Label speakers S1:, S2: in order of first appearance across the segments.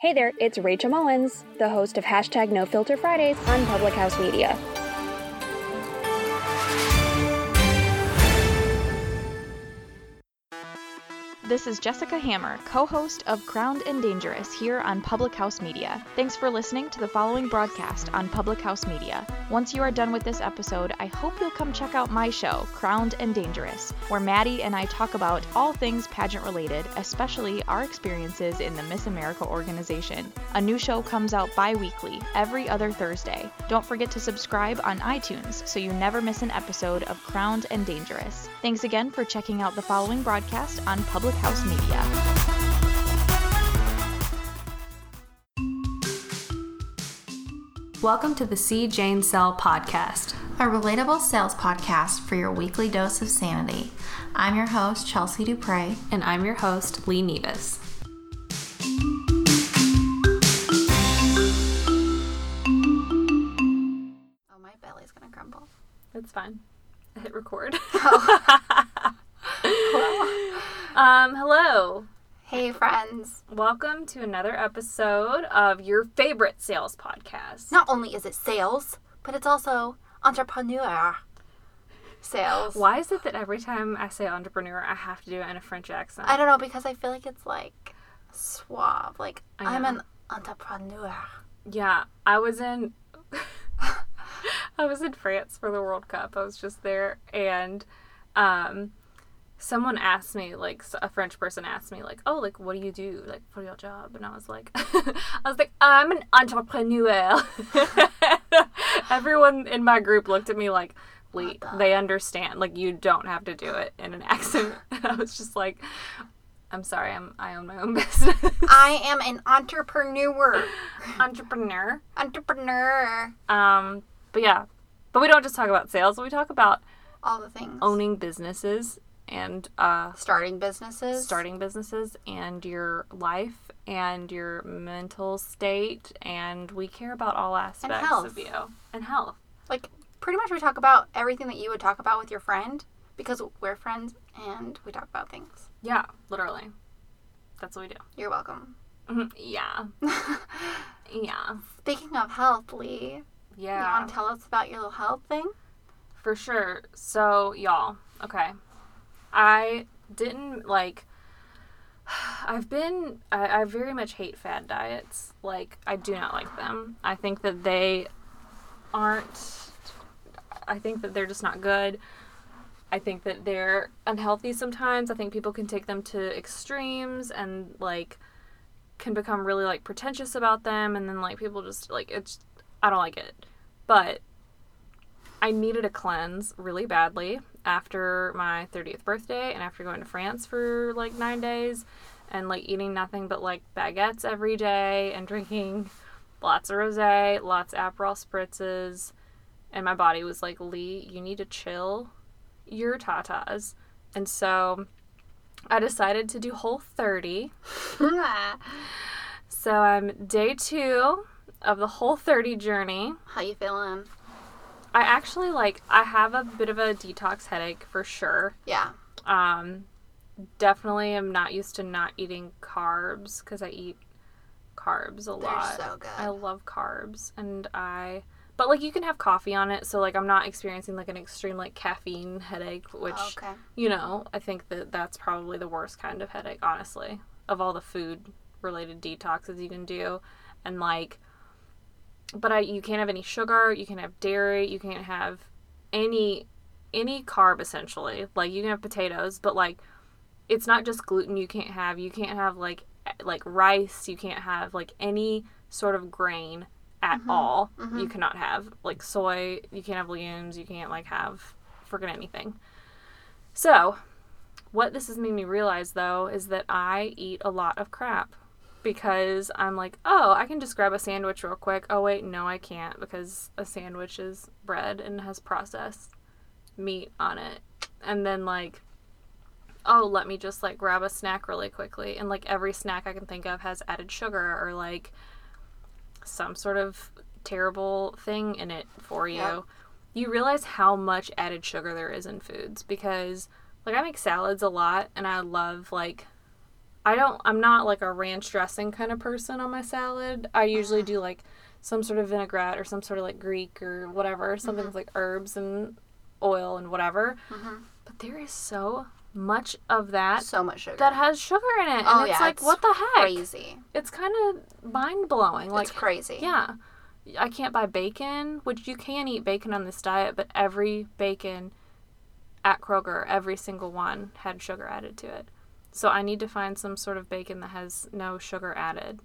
S1: Hey there, it's Rachel Mullins, the host of hashtag No Filter Fridays on Public House Media.
S2: This is Jessica Hammer, co host of Crowned and Dangerous here on Public House Media. Thanks for listening to the following broadcast on Public House Media. Once you are done with this episode, I hope you'll come check out my show, Crowned and Dangerous, where Maddie and I talk about all things pageant related, especially our experiences in the Miss America organization. A new show comes out bi weekly, every other Thursday. Don't forget to subscribe on iTunes so you never miss an episode of Crowned and Dangerous. Thanks again for checking out the following broadcast on Public House Media.
S3: Welcome to the See Jane Sell podcast.
S4: a relatable sales podcast for your weekly dose of sanity. I'm your host, Chelsea Dupre.
S3: And I'm your host, Lee Nevis.
S4: Oh, my belly's gonna crumble. Oh.
S3: It's fine. I hit record. um, hello.
S4: Hey, friends.
S3: Welcome to another episode of your favorite sales podcast.
S4: Not only is it sales, but it's also entrepreneur sales.
S3: Why is it that every time I say entrepreneur, I have to do it in a French accent?
S4: I don't know because I feel like it's like suave. Like,
S3: I
S4: I'm
S3: know.
S4: an entrepreneur.
S3: yeah, I was in. I was in France for the World Cup. I was just there, and um, someone asked me, like s- a French person asked me, like, "Oh, like, what do you do, like, for your job?" And I was like, "I was like, I'm an entrepreneur." Everyone in my group looked at me like, "Lee, they understand. Like, you don't have to do it in an accent." And I was just like, "I'm sorry, I'm I own my own business,
S4: I am an entrepreneur.
S3: entrepreneur."
S4: entrepreneur.
S3: Um, but yeah, but we don't just talk about sales. We talk about
S4: All the things.
S3: owning businesses and uh,
S4: Starting businesses.
S3: starting businesses and your life and your mental state. And we care about all aspects
S4: health.
S3: of you and health.
S4: like pretty much we talk about everything that you would talk about with your friend because we're friends and we talk about things.
S3: Yeah, literally. That's what we do.
S4: You're welcome.
S3: Mhm, Yeah. yeah.
S4: Speaking of health, Lee, you
S3: Yeah.
S4: want to tell us about your little health thing?
S3: For sure. So, y'all, okay. I didn't like. I've been. I, I very much hate fad diets. Like, I do not like them. I think that they aren't. I think that they're just not good. I think that they're unhealthy sometimes. I think people can take them to extremes and, like, can become really, like, pretentious about them. And then, like, people just, like, it's. I don't like it. But I needed a cleanse really badly after my 30th birthday and after going to France for like nine days and like eating nothing but like baguettes every day and drinking lots of rose, lots of Aperol spritzes. And my body was like, Lee, you need to chill your tatas. And so I decided to do Whole 30.
S4: How
S3: So I'm day two of the Whole 30 journey.
S4: you feeling?
S3: I actually like I have a bit of a detox headache for sure.
S4: Yeah.
S3: Um definitely am not used to not eating carbs cuz I eat carbs a lot.
S4: so good.
S3: I love carbs and I but like you can have coffee on it so like I'm not experiencing like an extreme like caffeine headache which
S4: Oh, Okay.
S3: you know, I think that that's probably the worst kind of headache honestly of all the food related detoxes you can do and like but I, you can't have any sugar you can't have dairy you can't have any any carb essentially like you can have potatoes but like it's not just gluten you can't have you can't have like e- like rice you can't have like any sort of grain at all you cannot have like soy you can't have legumes you can't like have freaking anything so what this has made me realize though is that i eat a lot of crap because I'm like, oh, I can just grab a sandwich real quick. Oh, wait, no, I can't because a sandwich is bread and has processed meat on it. And then, like, oh, let me just like grab a snack really quickly. And like every snack I can think of has added sugar or like some sort of terrible thing in it for you.
S4: Yeah.
S3: You realize how much added sugar there is in foods because like I make salads a lot and I love like I don't I'm not like a ranch dressing kind of person on my salad. I usually do like some sort of vinaigrette or some sort of like Greek or whatever, something with like herbs and oil and whatever. But there is so much of that
S4: So much sugar.
S3: that has sugar in it. And
S4: oh
S3: it's
S4: yeah,
S3: like, what the heck?
S4: Crazy.
S3: It's kind of mind blowing. Like,
S4: it's crazy.
S3: yeah. I can't buy bacon, which you can eat bacon on this diet, but every bacon at Kroger, every single one had sugar added to it. So I need to find some sort of bacon that has no sugar added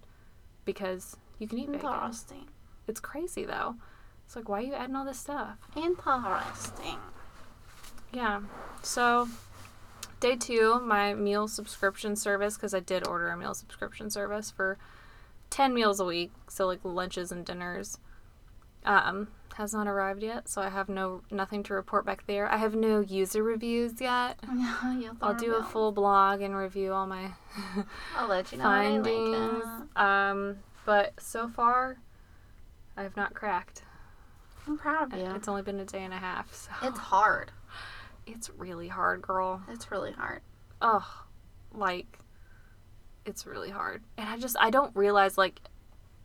S3: because you can eat bacon.
S4: Interesting.
S3: It's crazy though. It's like, why are you adding all this stuff?
S4: Interesting.
S3: Yeah. So, day two, my meal subscription service, because I did order a meal subscription service for 10 meals a week, so like lunches and dinners, um, has not arrived yet. So I have no nothing to report back there. I have no user reviews yet.
S4: Oh,
S3: I'll do a full blog and review all my
S4: I'll let you know. when I make
S3: findings.
S4: it.
S3: Um, but so far, I have not cracked.
S4: I'm proud of you.
S3: It's only been a day and a half, so
S4: It's hard.
S3: it's really hard, girl.
S4: It's really hard.
S3: ugh, like, it's really hard. And I just, I don't realize, like,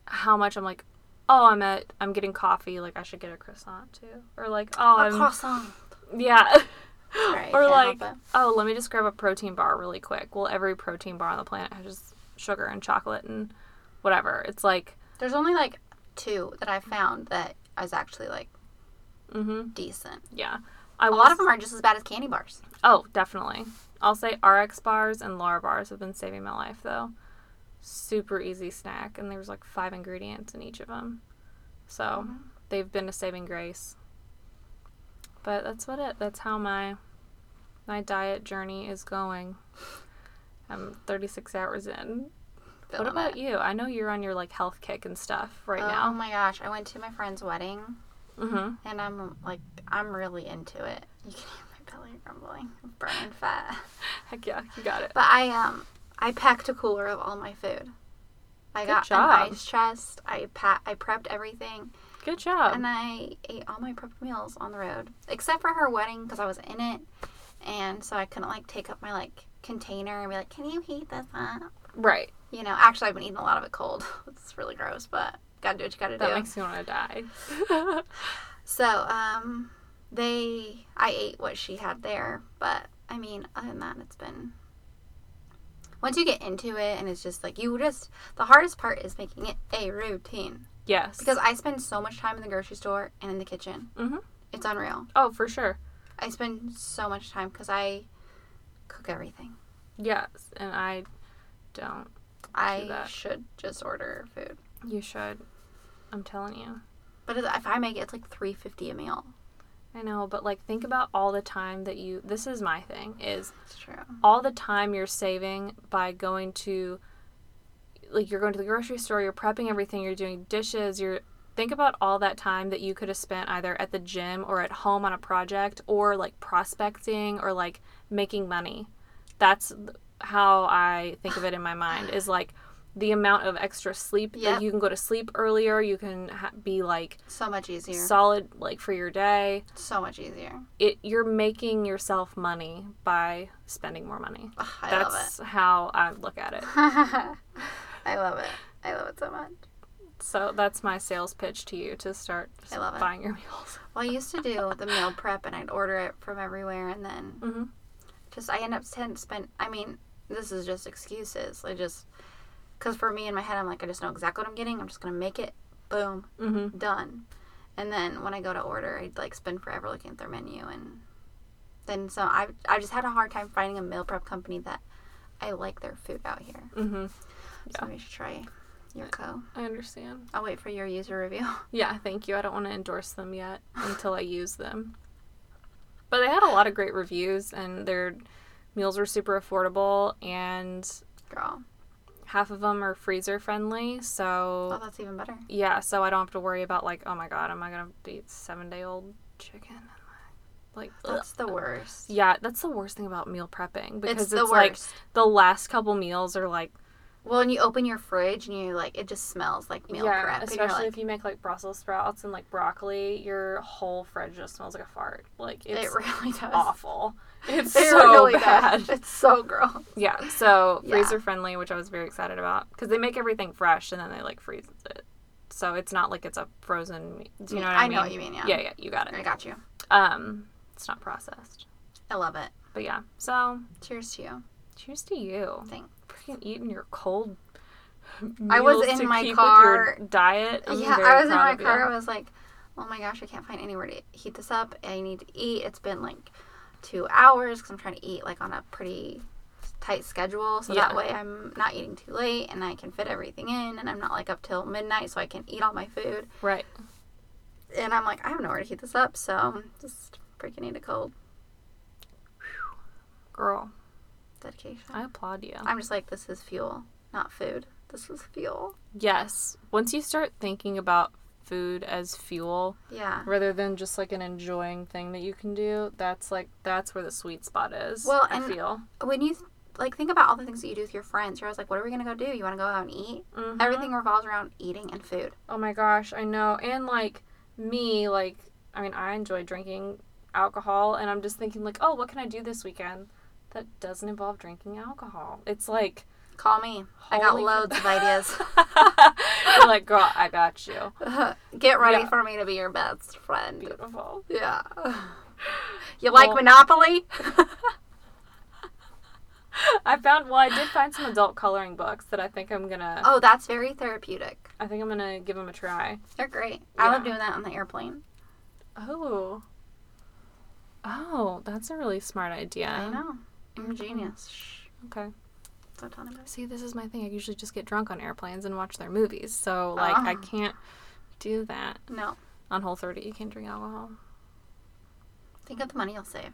S3: how much I'm like, oh, I'm at, I'm getting coffee, like, I should get a croissant too. Or, like, oh,
S4: A
S3: I'm,
S4: croissant.
S3: yeah.
S4: Right,
S3: or,
S4: can't
S3: like,
S4: help it.
S3: oh, let me just grab a protein bar really quick. Well, every protein bar on the planet has just sugar and chocolate and whatever. It's like,
S4: There's only like two that I found that is actually like
S3: mm-hmm,
S4: decent.
S3: yeah. I
S4: A lot of them are just as bad as candy bars.
S3: Oh, definitely. I'll say RX bars and Lara bars have been saving my life though. Super easy snack, and there was like five ingredients in each of them, so
S4: Mm-hmm.
S3: they've been a saving grace. But that's what it. That's how my my diet journey is going. I'm 36 hours in.
S4: Feeling
S3: what about
S4: it.
S3: you? I know you're on your like health kick and stuff right
S4: Oh
S3: now.
S4: my gosh, I went to my friend's wedding
S3: Mm-hmm.
S4: and I'm like, I'm really into it. You can hear my belly rumbling, I'm burning fat.
S3: Heck yeah, you got it.
S4: But I um, I packed a cooler of all my food. I got
S3: job.
S4: an ice chest. I pa- I prepped everything,
S3: Good job.
S4: and I ate all my prepped meals on the road, except for her wedding because I was in it, and so I couldn't like take up my like container and be like, can you heat this up?
S3: right.
S4: You know, actually, I've been eating a lot of it cold. it's really gross, but gotta do what you gotta
S3: That
S4: do.
S3: makes me want to die.
S4: So, um, they, I ate what she had there, but I mean, other than that, it's been. Once you get into it, and it's just like you just the hardest part is making it a routine
S3: Yes.
S4: because I spend so much time in the grocery store and in the kitchen.
S3: Mhm.
S4: It's unreal.
S3: oh, for sure.
S4: I spend so much time because I cook everything.
S3: Yes, and I don't.
S4: I
S3: that.
S4: should just order food,
S3: You should. I'm telling you.
S4: but if if I make it, it's like three fifty a meal.
S3: I know, but like think about all the time that you this is my thing is
S4: It's true.
S3: all the time you're saving by going to like you're going to the grocery store, you're prepping everything, you're doing dishes, you're think about all that time that you could have spent either at the gym or at home on a project or like prospecting or like making money. That's th- how I think of it in my mind is like the amount of extra sleep
S4: Yep.
S3: that you can go to sleep earlier, you can ha- be like
S4: So much easier.
S3: solid like for your day
S4: so much easier.
S3: it you're making yourself money by spending more money
S4: I love it.
S3: that's how i look at it
S4: I love it. I love it so much.
S3: so that's my sales pitch to you to start just
S4: I love it.
S3: buying your meals
S4: Well, I used to do the meal prep and I'd order it from everywhere and then just I end up spend, spend I mean, this is just excuses. I just cuz for me in my head I'm like I just know exactly what I'm getting. I'm just going to make it. Boom. Done. And then when I go to order, I'd like spend forever looking at their menu and then so I I just had a hard time finding a meal prep company that I like their food out here. Mm-hmm. So we should try your co.
S3: i understand
S4: I'll wait for your user review.
S3: yeah thank you i don't want to endorse them yet until i use them but they had a lot of great reviews and their meals were super affordable and
S4: Girl.
S3: Half of them are freezer friendly,
S4: Oh,
S3: so
S4: that's even better.
S3: yeah, so I don't have to worry about like, oh my god, am I gonna eat seven day old chicken? Like, ugh.
S4: That's the worst.
S3: yeah, that's the worst thing about meal prepping because it's,
S4: the
S3: like
S4: worst.
S3: the last couple meals are like
S4: Well, and you open your fridge and you like it just smells like meal
S3: yeah,
S4: prep. and you're
S3: especially
S4: like,
S3: if you make like Brussels sprouts and like broccoli, your whole fridge just smells like a fart. Like it's
S4: it really does.
S3: awful. It's
S4: It
S3: so
S4: really
S3: bad.
S4: does. It's so gross.
S3: Yeah, so
S4: Yeah.
S3: freezer friendly, which I was very excited about because they make everything fresh and then they like freeze it, so it's not like it's a frozen. me- Do you know what I,
S4: I
S3: mean?
S4: know what you mean, yeah.
S3: Yeah, yeah, you got
S4: I
S3: it.
S4: got you.
S3: Um, it's not processed,
S4: I love it.
S3: but yeah. So
S4: Cheers to you.
S3: cheers to you.
S4: Thanks.
S3: Freaking eating your cold.
S4: I was
S3: meals
S4: in
S3: to
S4: my
S3: keep with
S4: car-
S3: your diet. I'm
S4: yeah,
S3: very
S4: I was in
S3: proud
S4: my
S3: of you.
S4: car. I was like, oh my gosh, I can't find anywhere to heat this up. I need to eat. It's been like two hours because I'm trying to eat like on a pretty tight schedule. So
S3: Yeah.
S4: that way I'm not eating too late and I can fit everything in and I'm not like up till midnight so I can eat all my food.
S3: Right.
S4: And I'm like, I have nowhere to heat this up. So just freaking eat a cold
S3: Girl,
S4: dedication.
S3: I applaud you.
S4: I'm just like, this is fuel, not food. This is fuel.
S3: Yes. Once you start thinking about food as fuel
S4: Yeah.
S3: rather than just like an enjoying thing that you can do, that's like that's where the sweet spot is.
S4: Well,
S3: I
S4: and-
S3: feel.
S4: when you th- like think about all the things that you do with your friends, you're always like, what are we gonna go do? You want to go out and eat?
S3: Mm-hmm.
S4: Everything revolves around eating and food.
S3: Oh my gosh, I know. And like me, like I mean, I enjoy drinking alcohol and I'm just thinking like, "Oh, what can I do this weekend that doesn't involve drinking alcohol?" It's like
S4: Call me. I got
S3: Holy
S4: loads of ideas.
S3: you're like, "Girl, I got you."
S4: Get ready
S3: Yeah.
S4: for me to be your best friend.
S3: Beautiful.
S4: Yeah. You like
S3: Well-
S4: Monopoly?
S3: I found well, I did find some adult coloring books that I think I'm going to
S4: Oh, that's very therapeutic.
S3: I think I'm going to give them a try.
S4: They're great. I love
S3: Yeah.
S4: doing that on the airplane.
S3: Oh. Oh, that's a really smart idea.
S4: I know. I'm a genius. Shh.
S3: Okay.
S4: Don't tell anybody.
S3: See, this is my thing. I usually just get drunk on airplanes and watch their movies. So, like, I
S4: Ah.
S3: can't do that.
S4: No.
S3: On Whole 30, you can't drink alcohol.
S4: Think of the money you'll save.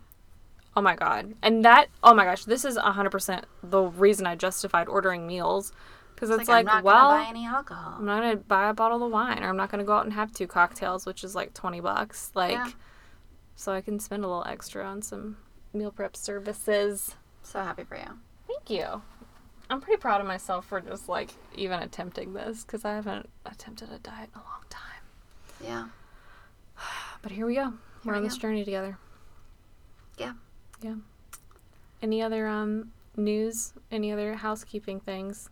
S3: Oh my God. And that, oh my gosh, this is 100% the reason I justified ordering meals. Because it's,
S4: It's
S3: like,
S4: I'm not
S3: well,
S4: gonna buy any alcohol.
S3: I'm not going to buy a bottle of wine or I'm not going to go out and have two cocktails, which is like 20 bucks. Like,
S4: Yeah.
S3: so I can spend a little extra on some meal prep services.
S4: So happy for you.
S3: Thank you. I'm pretty proud of myself for just like even attempting this because I haven't attempted a diet in a long time.
S4: Yeah.
S3: But here we go. We're
S4: we
S3: on this
S4: go.
S3: journey together.
S4: Yeah.
S3: Yeah. Any other um news? Any other housekeeping things?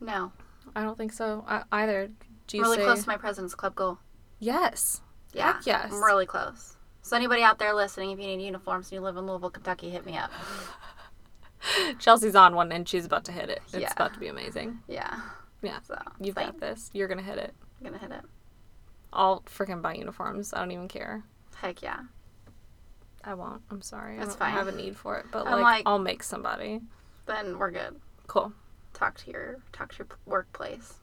S4: No.
S3: I don't think so I- either. Do you
S4: really
S3: say-
S4: close to my president's club goal.
S3: Yes.
S4: Yeah.
S3: Heck yes.
S4: I'm really close. So anybody out there listening, if you need uniforms and you live in Louisville, Kentucky, hit me up.
S3: Chelsea's on one and she's about to hit it. It's
S4: Yeah.
S3: about to be amazing.
S4: Yeah.
S3: Yeah.
S4: So
S3: You've
S4: like,
S3: got this. You're gonna hit it.
S4: I'm gonna hit it.
S3: I'll freaking buy uniforms. I don't even care.
S4: Heck yeah.
S3: I won't. I'm sorry.
S4: That's
S3: I don't have a
S4: fine.
S3: need for it, but
S4: I'm
S3: like,
S4: like-
S3: I'll make somebody.
S4: Then we're good.
S3: Cool.
S4: Talk to your talk to your p- workplace.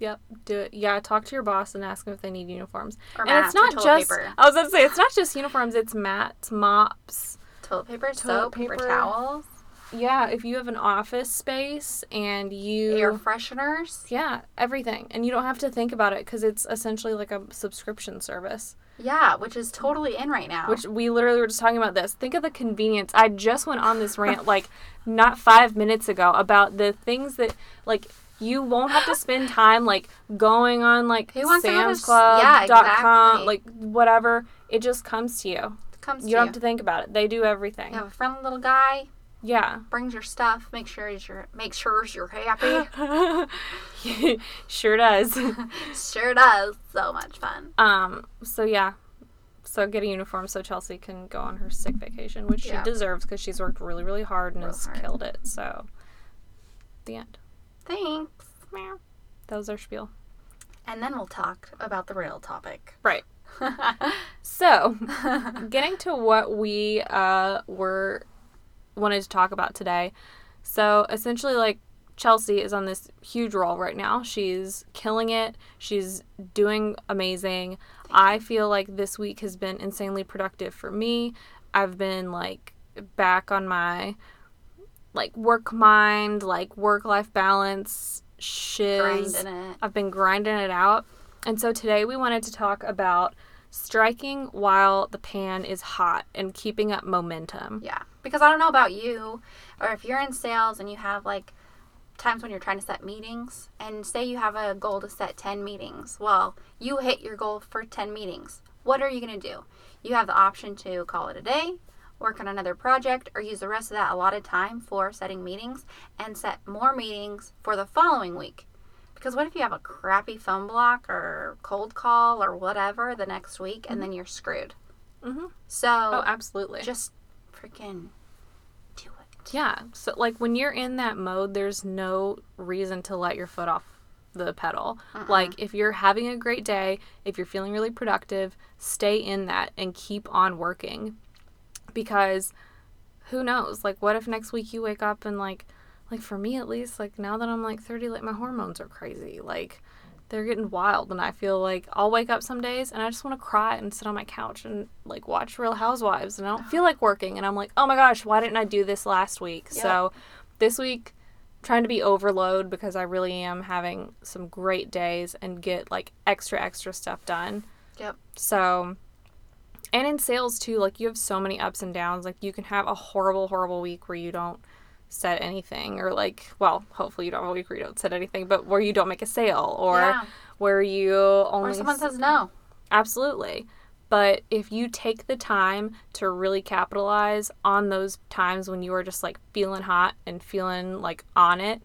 S3: Yep. Do it. Yeah. Talk to your boss and ask them if they need uniforms.
S4: Or
S3: and it's
S4: mats or
S3: not
S4: toilet
S3: just.
S4: paper.
S3: I was gonna say it's not just uniforms. It's mats, mops.
S4: Toilet paper, soap, paper,
S3: paper.
S4: towels,
S3: Yeah. If you have an office space and you.
S4: air fresheners.
S3: yeah, everything. And you don't have to think about it because it's essentially like a subscription service,
S4: Yeah, which is totally in right now.
S3: which we literally were just talking about this. Think of the convenience. I just went on this rant like not five minutes ago about the things that, like, you won't have to spend time like going on like
S4: Who wants to go to
S3: Sam's
S4: s-
S3: Club,
S4: yeah,
S3: dot com,
S4: exactly.
S3: like whatever. It just comes to you.
S4: comes
S3: You
S4: to
S3: don't
S4: you.
S3: have to think about it. They do everything.
S4: you have a friendly little guy,
S3: Yeah.
S4: brings your stuff, make sure you're make sure you're happy.
S3: sure does.
S4: sure does. So much fun.
S3: um, so yeah. So get a uniform so Chelsea can go on her sick vacation, which
S4: Yeah.
S3: she deserves because she's worked really, really hard and has
S4: hard.
S3: killed it. So the end.
S4: Thanks.
S3: That was our spiel.
S4: And then we'll talk about the real topic.
S3: Right. so, getting to what we uh, were wanted to talk about today. So, essentially, like Chelsea is on this huge roll right now. She's killing it. She's doing amazing. I feel like this week has been insanely productive for me. I've been like back on my like work mind, like work life balance shiz.
S4: Grinding it.
S3: I've been grinding it out. And so today we wanted to talk about striking while the pan is hot and keeping up momentum.
S4: Yeah. Because I don't know about you, or if you're in sales and you have like times when you're trying to set meetings, and say you have a goal to set 10 meetings. Well, you hit your goal for 10 meetings. What are you going to do? You have the option to call it a day, work on another project, or use the rest of that allotted time for setting meetings and set more meetings for the following week. Because what if you have a crappy phone block or cold call or whatever the next week and then you're screwed? So,
S3: Oh, absolutely.
S4: just freaking do it.
S3: Yeah. So like when you're in that mode, there's no reason to let your foot off the pedal.
S4: Uh-uh.
S3: Like if you're having a great day, if you're feeling really productive, stay in that and keep on working. Because who knows? Like what if next week you wake up and like like for me at least, like now that I'm like 30, like my hormones are crazy. Like they're getting wild and I feel like I'll wake up some days and I just want to cry and sit on my couch and like watch Real Housewives and I don't feel like working and I'm like, "Oh my gosh, why didn't I do this last week?" So this week trying to be overload because I really am having some great days and get like extra extra stuff done.
S4: Yep.
S3: So, and in sales too, like you have so many ups and downs. Like you can have a horrible, horrible week where you don't set anything, or like, well, hopefully you don't have a week where you don't set anything, but where you don't make a sale, or
S4: Yeah.
S3: where you only
S4: Or someone
S3: s-
S4: says no.
S3: Absolutely. But if you take the time to really capitalize on those times when you are just like feeling hot and feeling like on it,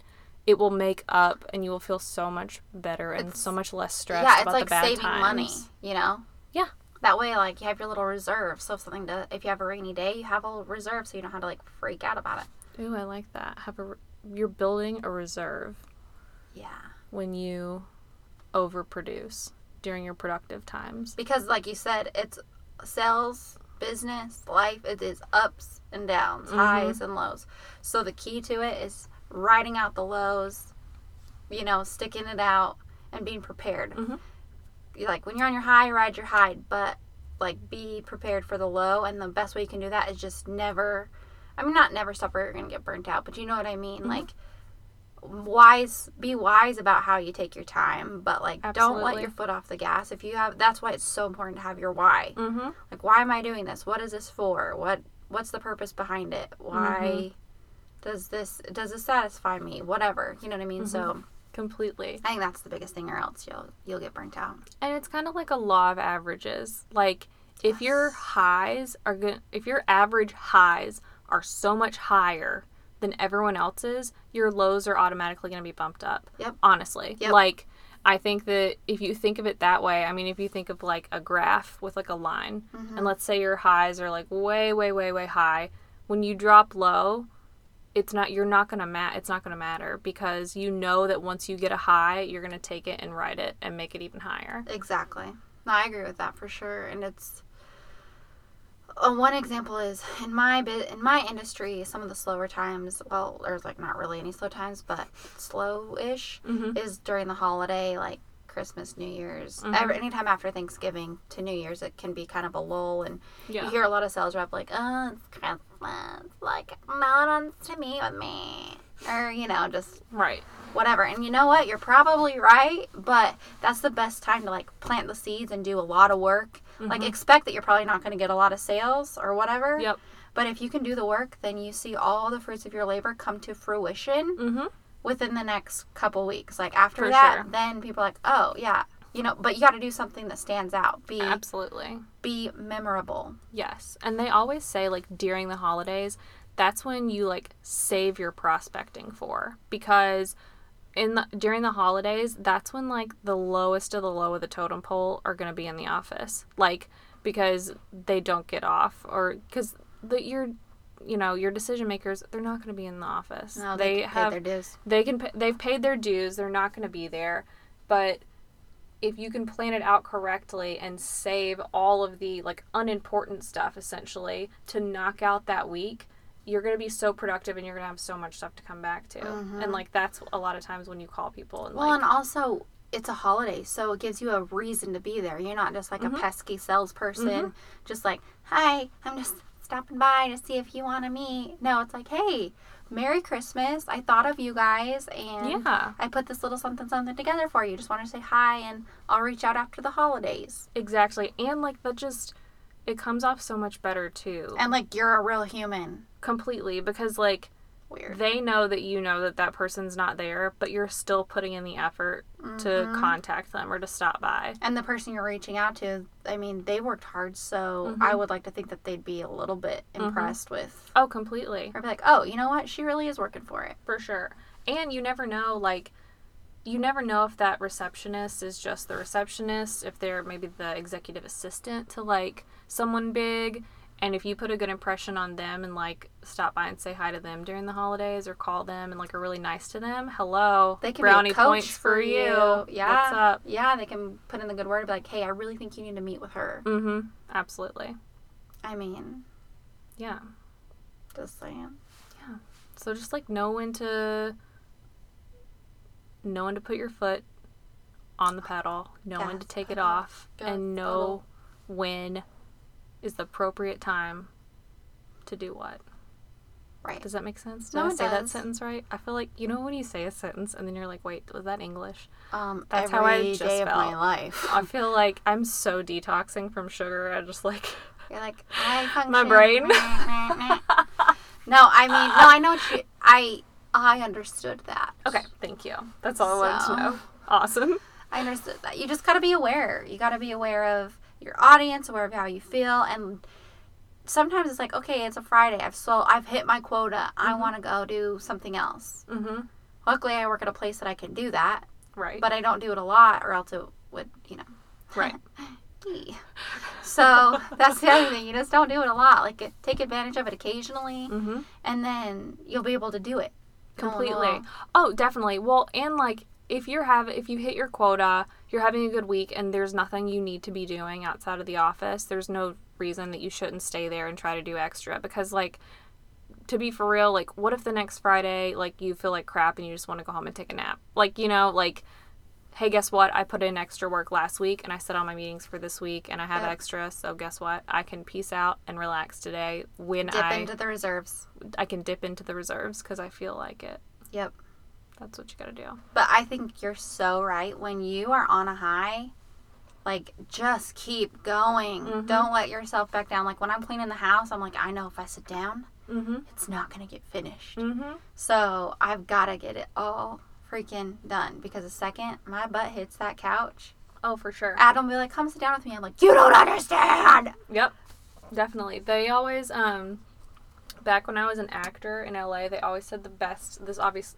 S3: it will make up and you will feel so much better and so much less stressed
S4: Yeah, it's
S3: about the
S4: like
S3: bad
S4: saving
S3: times.
S4: money, you know?
S3: Yeah.
S4: That way, like, you have your little reserve. So if something does, if you have a rainy day, you have a little reserve so you don't have to, like, freak out about it.
S3: Ooh, I like that. Have a re- you're building a reserve
S4: Yeah.
S3: when you overproduce during your productive times.
S4: Because, like you said, it's sales, business, life, it is ups and downs, highs and lows. So the key to it is riding out the lows, you know, sticking it out and being prepared. You- Like, when you're on your high, ride your high, but, like, be prepared for the low. And the best way you can do that is just never, I mean, not never stop or you're going to get burnt out, but you know what I mean? Like, wise be wise about how you take your time but like don't let
S3: Absolutely.
S4: your foot off the gas if you have that's why it's so important to have your why mm-hmm. like why am i doing this what is this for what what's the purpose behind it why does this does this satisfy me whatever you know what i mean so
S3: Completely.
S4: i think that's the biggest thing or else you'll you'll get burnt out
S3: And it's kind of like a law of averages. Like if your highs are good, if your average highs are so much higher than everyone else's, your lows are automatically going to be bumped up.
S4: Yep.
S3: Honestly.
S4: Yep.
S3: Like I think that if you think of it that way, I mean if you think of like a graph with like a line
S4: Mm-hmm.
S3: and let's say your highs are like way way way way high, when you drop low, it's not you're not gonna ma- it's not gonna matter because you know that once you get a high you're gonna take it and ride it and make it even higher
S4: Exactly. No, I agree with that for sure. And it's uh, one example is in my bit in my industry, some of the slower times. Well, there's like not really any slow times, but slow-ish is during the holiday, like Christmas, New Year's, every, anytime after Thanksgiving to New Year's, it can be kind of a lull, and
S3: Yeah.
S4: you hear a lot of sales rep like, "Oh, it's Christmas, like no one wants to meet with me," or you know, just
S3: right
S4: whatever. And you know what? You're probably right, but that's the best time to like plant the seeds and do a lot of work. Like expect that you're probably not going to get a lot of sales or whatever.
S3: Mm-hmm. Yep.
S4: But if you can do the work, then you see all the fruits of your labor come to fruition within the next couple weeks. Like after
S3: Mm-hmm. For
S4: that,
S3: sure.
S4: then people are like, "Oh, yeah." You know, but you got to do something that stands out. Be
S3: absolutely
S4: be memorable.
S3: yes and they always say like during the holidays that's when you like save your prospecting for because in the during the holidays that's when like the lowest of the low of the totem pole are going to be in the office like because they don't get off or because the your you know your decision makers they're not going to be in the office
S4: No,
S3: they,
S4: they paid
S3: have
S4: their dues.
S3: they can pa- they've paid their dues they're not going to be there but if you can plan it out correctly and save all of the like unimportant stuff essentially to knock out that week you're going to be so productive and you're going to have so much stuff to come back to and like that's a lot of times when you call people and
S4: Mm-hmm. Well,
S3: like
S4: and also it's a holiday, so it gives you a reason to be there. You're not just like
S3: Mm-hmm.
S4: a pesky salesperson, just like, "Hi, I'm just stopping by to see if you want to meet." No, it's like, "Hey, Merry Christmas. I thought of you guys and
S3: Yeah.
S4: I put this little something something together for you. Just want to say hi and I'll reach out after the holidays.
S3: Exactly. And like that just it comes off so much better too.
S4: And like you're a real human.
S3: Completely because like
S4: Weird.
S3: they know that you know that that person's not there, but you're still putting in the effort to
S4: Mm-hmm.
S3: contact them or to stop by.
S4: and the person you're reaching out to, I mean, they worked hard, so
S3: Mm-hmm.
S4: I would like to think that they'd be a little bit impressed with
S3: Oh, completely.
S4: or be like, "Oh, you know what? She really is working for it."
S3: For sure. And you never know like you never know if that receptionist is just the receptionist, if they're maybe the executive assistant to like someone big. And if you put a good impression on them and like stop by and say hi to them during the holidays or call them and like are really nice to them, hello,
S4: They can
S3: brownie
S4: be a coach
S3: points for you.
S4: Yeah.
S3: What's up?
S4: Yeah, they can put in the good word and be like, "Hey, I really think you need to meet with her."
S3: Mm-hmm. Absolutely.
S4: I mean,
S3: Yeah.
S4: just saying.
S3: So just like know when to know when to put your foot on the pedal, know when to
S4: Gas
S3: take it
S4: pedal,
S3: off,
S4: gas
S3: and know when is the appropriate time to do what.
S4: Right.
S3: Does that make sense? Did
S4: No,
S3: I
S4: it
S3: say that
S4: does.
S3: sentence right? I feel like you know when you say a sentence and then you're like, wait, was that English?
S4: Um,
S3: That's
S4: every
S3: how I just
S4: day of my
S3: felt.
S4: life.
S3: I feel like I'm so detoxing from sugar. I just like
S4: You're like, I function.
S3: brain.
S4: no, I mean, no, I know what you. I I understood that.
S3: okay, thank you. That's all I wanted
S4: So-
S3: to know. Awesome.
S4: I understood that. You just got to be aware. You got to be aware of your audience, aware of how you feel, and sometimes it's like, okay, it's a Friday. I've so I've hit my quota.
S3: Mm-hmm.
S4: I want to go do something else.
S3: Mhm.
S4: Luckily, I work at a place that I can do that,
S3: Right.
S4: but I don't do it a lot, or else it would, you know.
S3: right.
S4: be. So that's the other thing. You just don't do it a lot. Like it- take advantage of it occasionally,
S3: Mm-hmm.
S4: and then you'll be able to do it No, no.
S3: completely oh definitely well and like if you're have if you hit your quota you're having a good week and there's nothing you need to be doing outside of the office there's no reason that you shouldn't stay there and try to do extra because like to be for real like what if the next friday like you feel like crap and you just want to go home and take a nap like you know like hey guess what i put in extra work last week and i set all my meetings for this week and i have
S4: Yep.
S3: extra so guess what i can peace out and relax today when
S4: Dip
S3: i
S4: into the reserves.
S3: i can dip into the reserves because i feel like it
S4: Yep.
S3: that's what you gotta do.
S4: But I think you're so right. When you are on a high, like just keep going. Don't let yourself back down. Like when I'm cleaning the house, I'm like, I know if I sit down, it's not gonna get finished. So I've gotta get it all freaking done because the second my butt hits that couch,
S3: Oh, for sure.
S4: Adam will be like, "Come sit down with me." I'm like, "You don't understand."
S3: Yep, definitely. They always, um, back when I was an actor in LA, they always said the best. This obvious,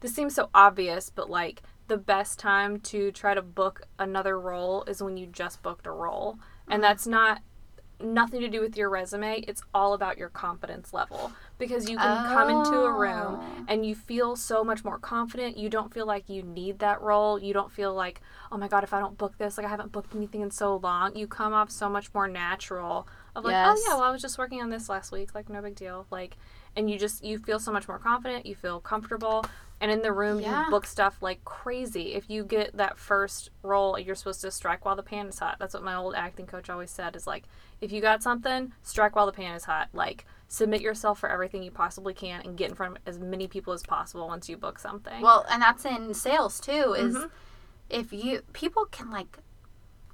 S3: this seems so obvious, but like the best time to try to book another role is when you just booked a role, and that's not nothing to do with your resume. It's all about your confidence level because you can come into a room and you feel so much more confident. You don't feel like you need that role. You don't feel like, oh my God, if I don't book this, like I haven't booked anything in so long. You come off so much more natural of like,
S4: Yes.
S3: oh yeah, well, I was just working on this last week. Like, no big deal. Like, and you just, you feel so much more confident. You feel comfortable. And in the room,
S4: Yeah.
S3: you book stuff like crazy. If you get that first role, you're supposed to strike while the pan is hot. That's what my old acting coach always said is like, if you got something, strike while the pan is hot. Like, submit yourself for everything you possibly can and get in front of as many people as possible once you book something.
S4: Well, and that's in sales too. Is
S3: Mm-hmm.
S4: if you people can like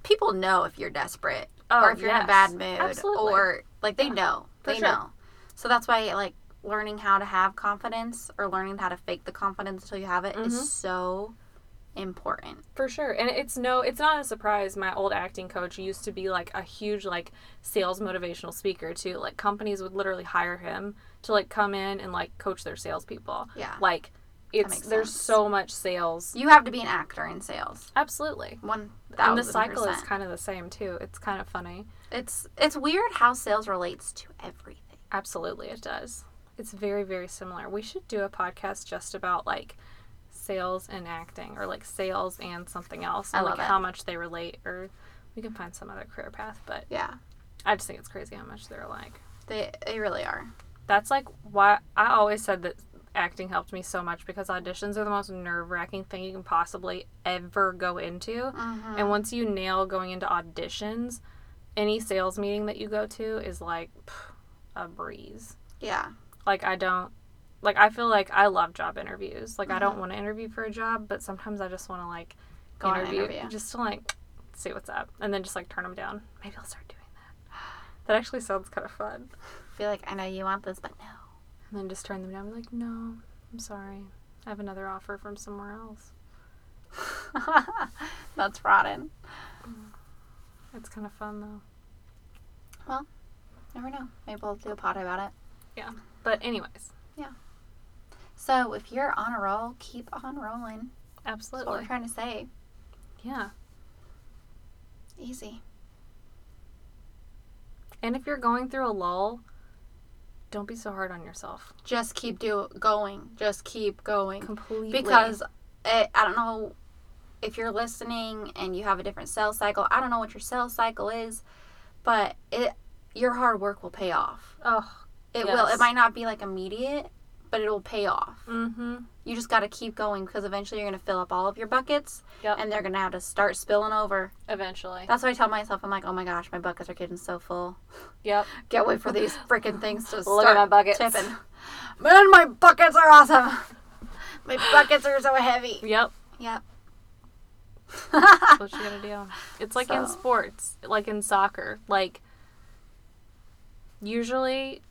S4: people know if you're desperate
S3: Oh,
S4: or if you're in a
S3: yes.
S4: bad mood
S3: Absolutely.
S4: or like they know
S3: for
S4: they
S3: sure.
S4: know. So that's why like learning how to have confidence or learning how to fake the confidence until you have it is
S3: Mm-hmm.
S4: so important.
S3: For sure. And it's no it's not a surprise my old acting coach used to be like a huge like sales motivational speaker too. Like companies would literally hire him to like come in and like coach their salespeople.
S4: Yeah.
S3: Like it's
S4: makes
S3: there's
S4: sense.
S3: so much sales.
S4: You have to be an actor in sales.
S3: Absolutely.
S4: One
S3: And
S4: thousand
S3: the cycle is
S4: percent.
S3: kind of the same too. It's kind of funny.
S4: It's it's weird how sales relates to everything.
S3: Absolutely, it does. It's very, very similar. We should do a podcast just about like sales and acting, or like sales and something else, and
S4: love
S3: like
S4: it.
S3: how much they relate, or we can find some other career path. But
S4: Yeah,
S3: I just think it's crazy how much they're like.
S4: they they really are.
S3: That's like why I always said that acting helped me so much because auditions are the most nerve wracking thing you can possibly ever go into.
S4: Mm-hmm.
S3: And once you nail going into auditions, any sales meeting that you go to is like pff, a breeze
S4: Yeah.
S3: like i don't like I feel like I love job interviews. Like I don't want to interview for a job, but sometimes I just want to like
S4: Mm-hmm. Go on an
S3: interview,
S4: interview.
S3: just to like see what's up, and then just like turn them down. Maybe I'll start doing that. That actually sounds kind of fun.
S4: feel like I know you want this, but no.
S3: And then just turn them down. Be like, no, I'm sorry. I have another offer from somewhere else.
S4: That's rotten.
S3: It's kind of fun though.
S4: Well, never know. Maybe we'll do a pod about it.
S3: Yeah. But anyways,
S4: So if you're on a roll, keep on rolling. That's what
S3: absolutely.
S4: we're trying to say.
S3: Yeah.
S4: Easy.
S3: And if you're going through a lull, don't be so hard on yourself.
S4: Just keep do going. Just keep going.
S3: Completely.
S4: Because it, I don't know if you're listening and you have a different sales cycle. I don't know what your sales cycle is, but it your hard work will pay off.
S3: oh,
S4: It will.
S3: Yes.
S4: It might not be like immediate, but it will pay off.
S3: mm-hmm.
S4: You just got to keep going because eventually you're going to fill up all of your buckets
S3: Yep.
S4: and they're going to have to start spilling over.
S3: Eventually.
S4: That's what I tell myself. I'm like, oh my gosh, my buckets are getting so full.
S3: Yep.
S4: Can't wait for these freaking things to
S3: Look
S4: start
S3: at my buckets.
S4: tipping. Man, my buckets are awesome. My buckets are so heavy.
S3: Yep.
S4: Yep.
S3: That's what you gotta do. It's like in
S4: So-
S3: sports, like in soccer. Like usually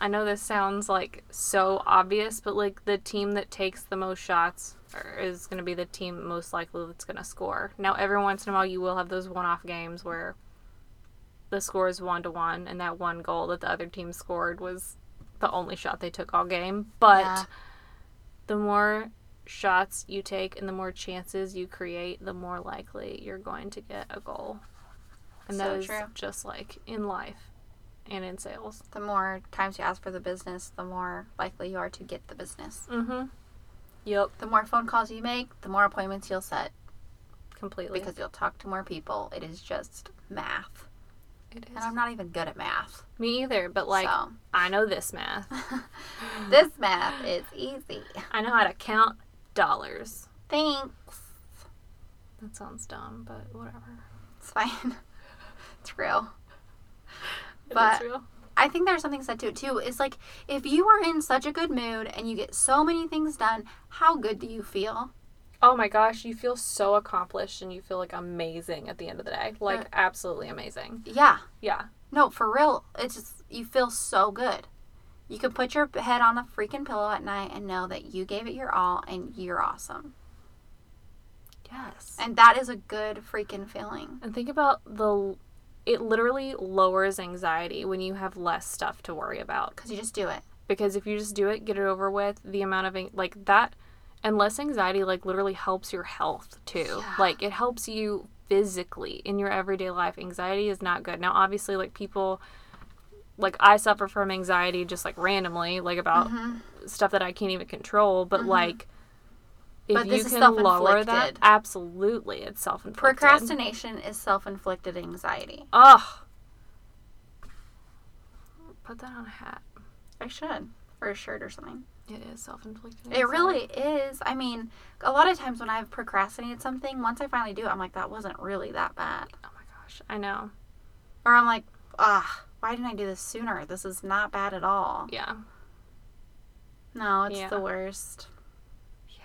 S3: I know this sounds like so obvious, but like the team that takes the most shots are- is going to be the team most likely that's going to score. Now, every once in a while, you will have those one off games where the score is one to one, and that one goal that the other team scored was the only shot they took all game. But
S4: Yeah.
S3: the more shots you take and the more chances you create, the more likely you're going to get a goal. And
S4: So
S3: that is
S4: true.
S3: just like in life and in sales.
S4: The more times you ask for the business, the more likely you are to get the business.
S3: Mm-hmm. Yep.
S4: The more phone calls you make, the more appointments you'll set
S3: Completely.
S4: because you'll talk to more people. It is just math.
S3: it
S4: And I'm not even good at math.
S3: Me either, but like
S4: So.
S3: I know this math. Mm.
S4: This math is easy.
S3: I know how to count dollars.
S4: Thanks.
S3: That sounds dumb, but whatever.
S4: It's fine. It's real.
S3: It is
S4: But-
S3: real.
S4: I think there's something said to it too. Is like if you are in such a good mood and you get so many things done, how good do you feel?
S3: Oh my gosh, you feel so accomplished and you feel like amazing at the end of the day. Like
S4: Right.
S3: absolutely amazing.
S4: Yeah.
S3: Yeah.
S4: No, for real. It's just you feel so good. You can put your head on a freaking pillow at night and know that you gave it your all and you're awesome.
S3: Yes.
S4: And that is a good freaking feeling.
S3: And think about the it literally lowers anxiety when you have less stuff to worry about.
S4: Because you just do it.
S3: because if you just do it, get it over with, the amount of an- like that and less anxiety like literally helps your health too. Like it helps you physically in your everyday life. Anxiety is not good. Now obviously like people like I suffer from anxiety just like randomly like about stuff that I can't even control, but like if
S4: But
S3: you
S4: this is
S3: can lower that,
S4: self-inflicted.
S3: absolutely it's self-inflicted.
S4: Procrastination is self inflicted anxiety.
S3: Ugh. Put that on a hat.
S4: I should. Or a shirt or something.
S3: It is self-inflicted.
S4: It really is. I mean, a lot of times when I've procrastinated something, once I finally do it, I'm like, that wasn't really that bad.
S3: Oh my gosh, I know.
S4: Or I'm like, ah, why didn't I do this sooner? This is not bad at all.
S3: Yeah.
S4: No, it's
S3: Yeah.
S4: the worst.
S3: Yeah.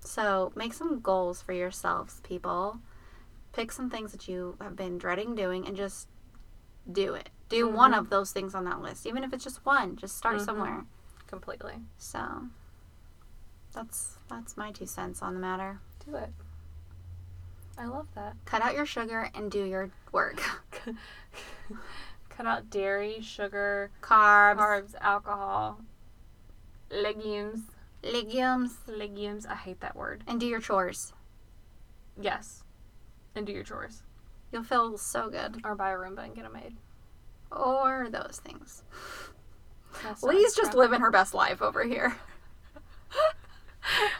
S4: So make some goals for yourselves, people. Pick some things that you have been dreading doing and just do it. Do one of those things on that list, even if it's just one. Just start somewhere.
S3: Completely.
S4: So that's that's my two cents on the matter.
S3: Do it. I love that.
S4: Cut out your sugar and do your work.
S3: Cut out dairy, sugar,
S4: Carbs,
S3: carbs, alcohol, legumes.
S4: legumes,
S3: Legumes. I hate that word.
S4: and do your chores.
S3: Yes. And do your chores.
S4: You'll feel so good.
S3: Or buy a Roomba and get them made.
S4: Or those things.
S3: That's not
S4: Lee's just
S3: crap.
S4: living her best life over here.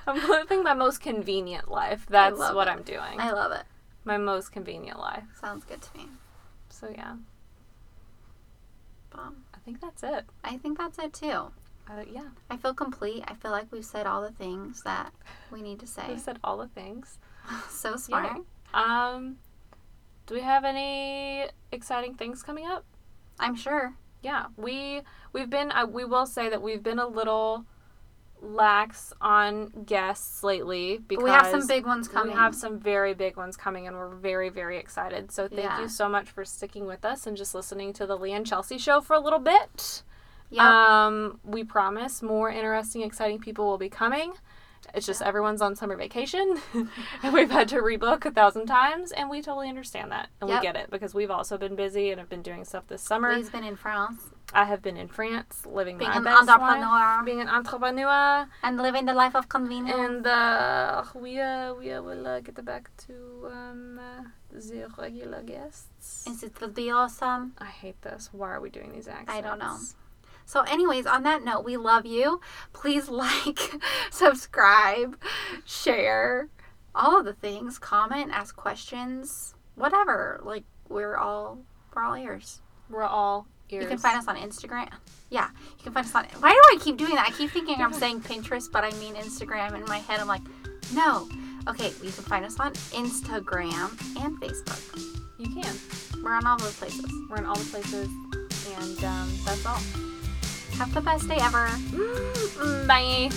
S3: I'm living my most convenient life. That's
S4: love
S3: what
S4: it.
S3: I'm doing.
S4: I love it.
S3: my most convenient life.
S4: Sounds good to me.
S3: So yeah,
S4: Bomb.
S3: I think that's it.
S4: I think that's it too.
S3: I, yeah,
S4: I feel complete. I feel like we've said all the things that we need to say.
S3: we said all the things.
S4: So smart.
S3: Um, do we have any exciting things coming up?
S4: I'm sure.
S3: yeah we we've been I, we will say that we've been a little lax on guests lately because
S4: we have some big ones coming.
S3: we have some very big ones coming and we're very very excited so thank
S4: Yeah.
S3: you so much for sticking with us and just listening to the lee and chelsea show for a little bit
S4: Yep.
S3: um we promise more interesting exciting people will be coming it's just everyone's on summer vacation and we've had to rebook a thousand times and we totally understand that and
S4: Yep.
S3: we get it because we've also been busy and have been doing stuff this summer
S4: Lee's been in France
S3: I have been in France, living
S4: Being
S3: my
S4: an
S3: best
S4: entrepreneur.
S3: life, being an entrepreneur,
S4: and living the life of convenience.
S3: and uh, we uh, we uh, will uh, get back to um, uh, the regular guests.
S4: And it will be awesome.
S3: I hate this. Why are we doing these accents?
S4: I don't know. So, anyways, on that note, we love you. Please like, subscribe, share, all of the things. Comment, ask questions, whatever. Like we're all we're all ears.
S3: We're all ears.
S4: You can find us on Instagram. Yeah, you can find us on. Why do I keep doing that? I keep thinking I'm saying Pinterest, but I mean Instagram. In my head, I'm like, no. Okay, you can find us on Instagram and Facebook.
S3: You can.
S4: We're on all those places.
S3: We're in all the places, and um, that's all.
S4: Have the best day ever.
S3: Bye.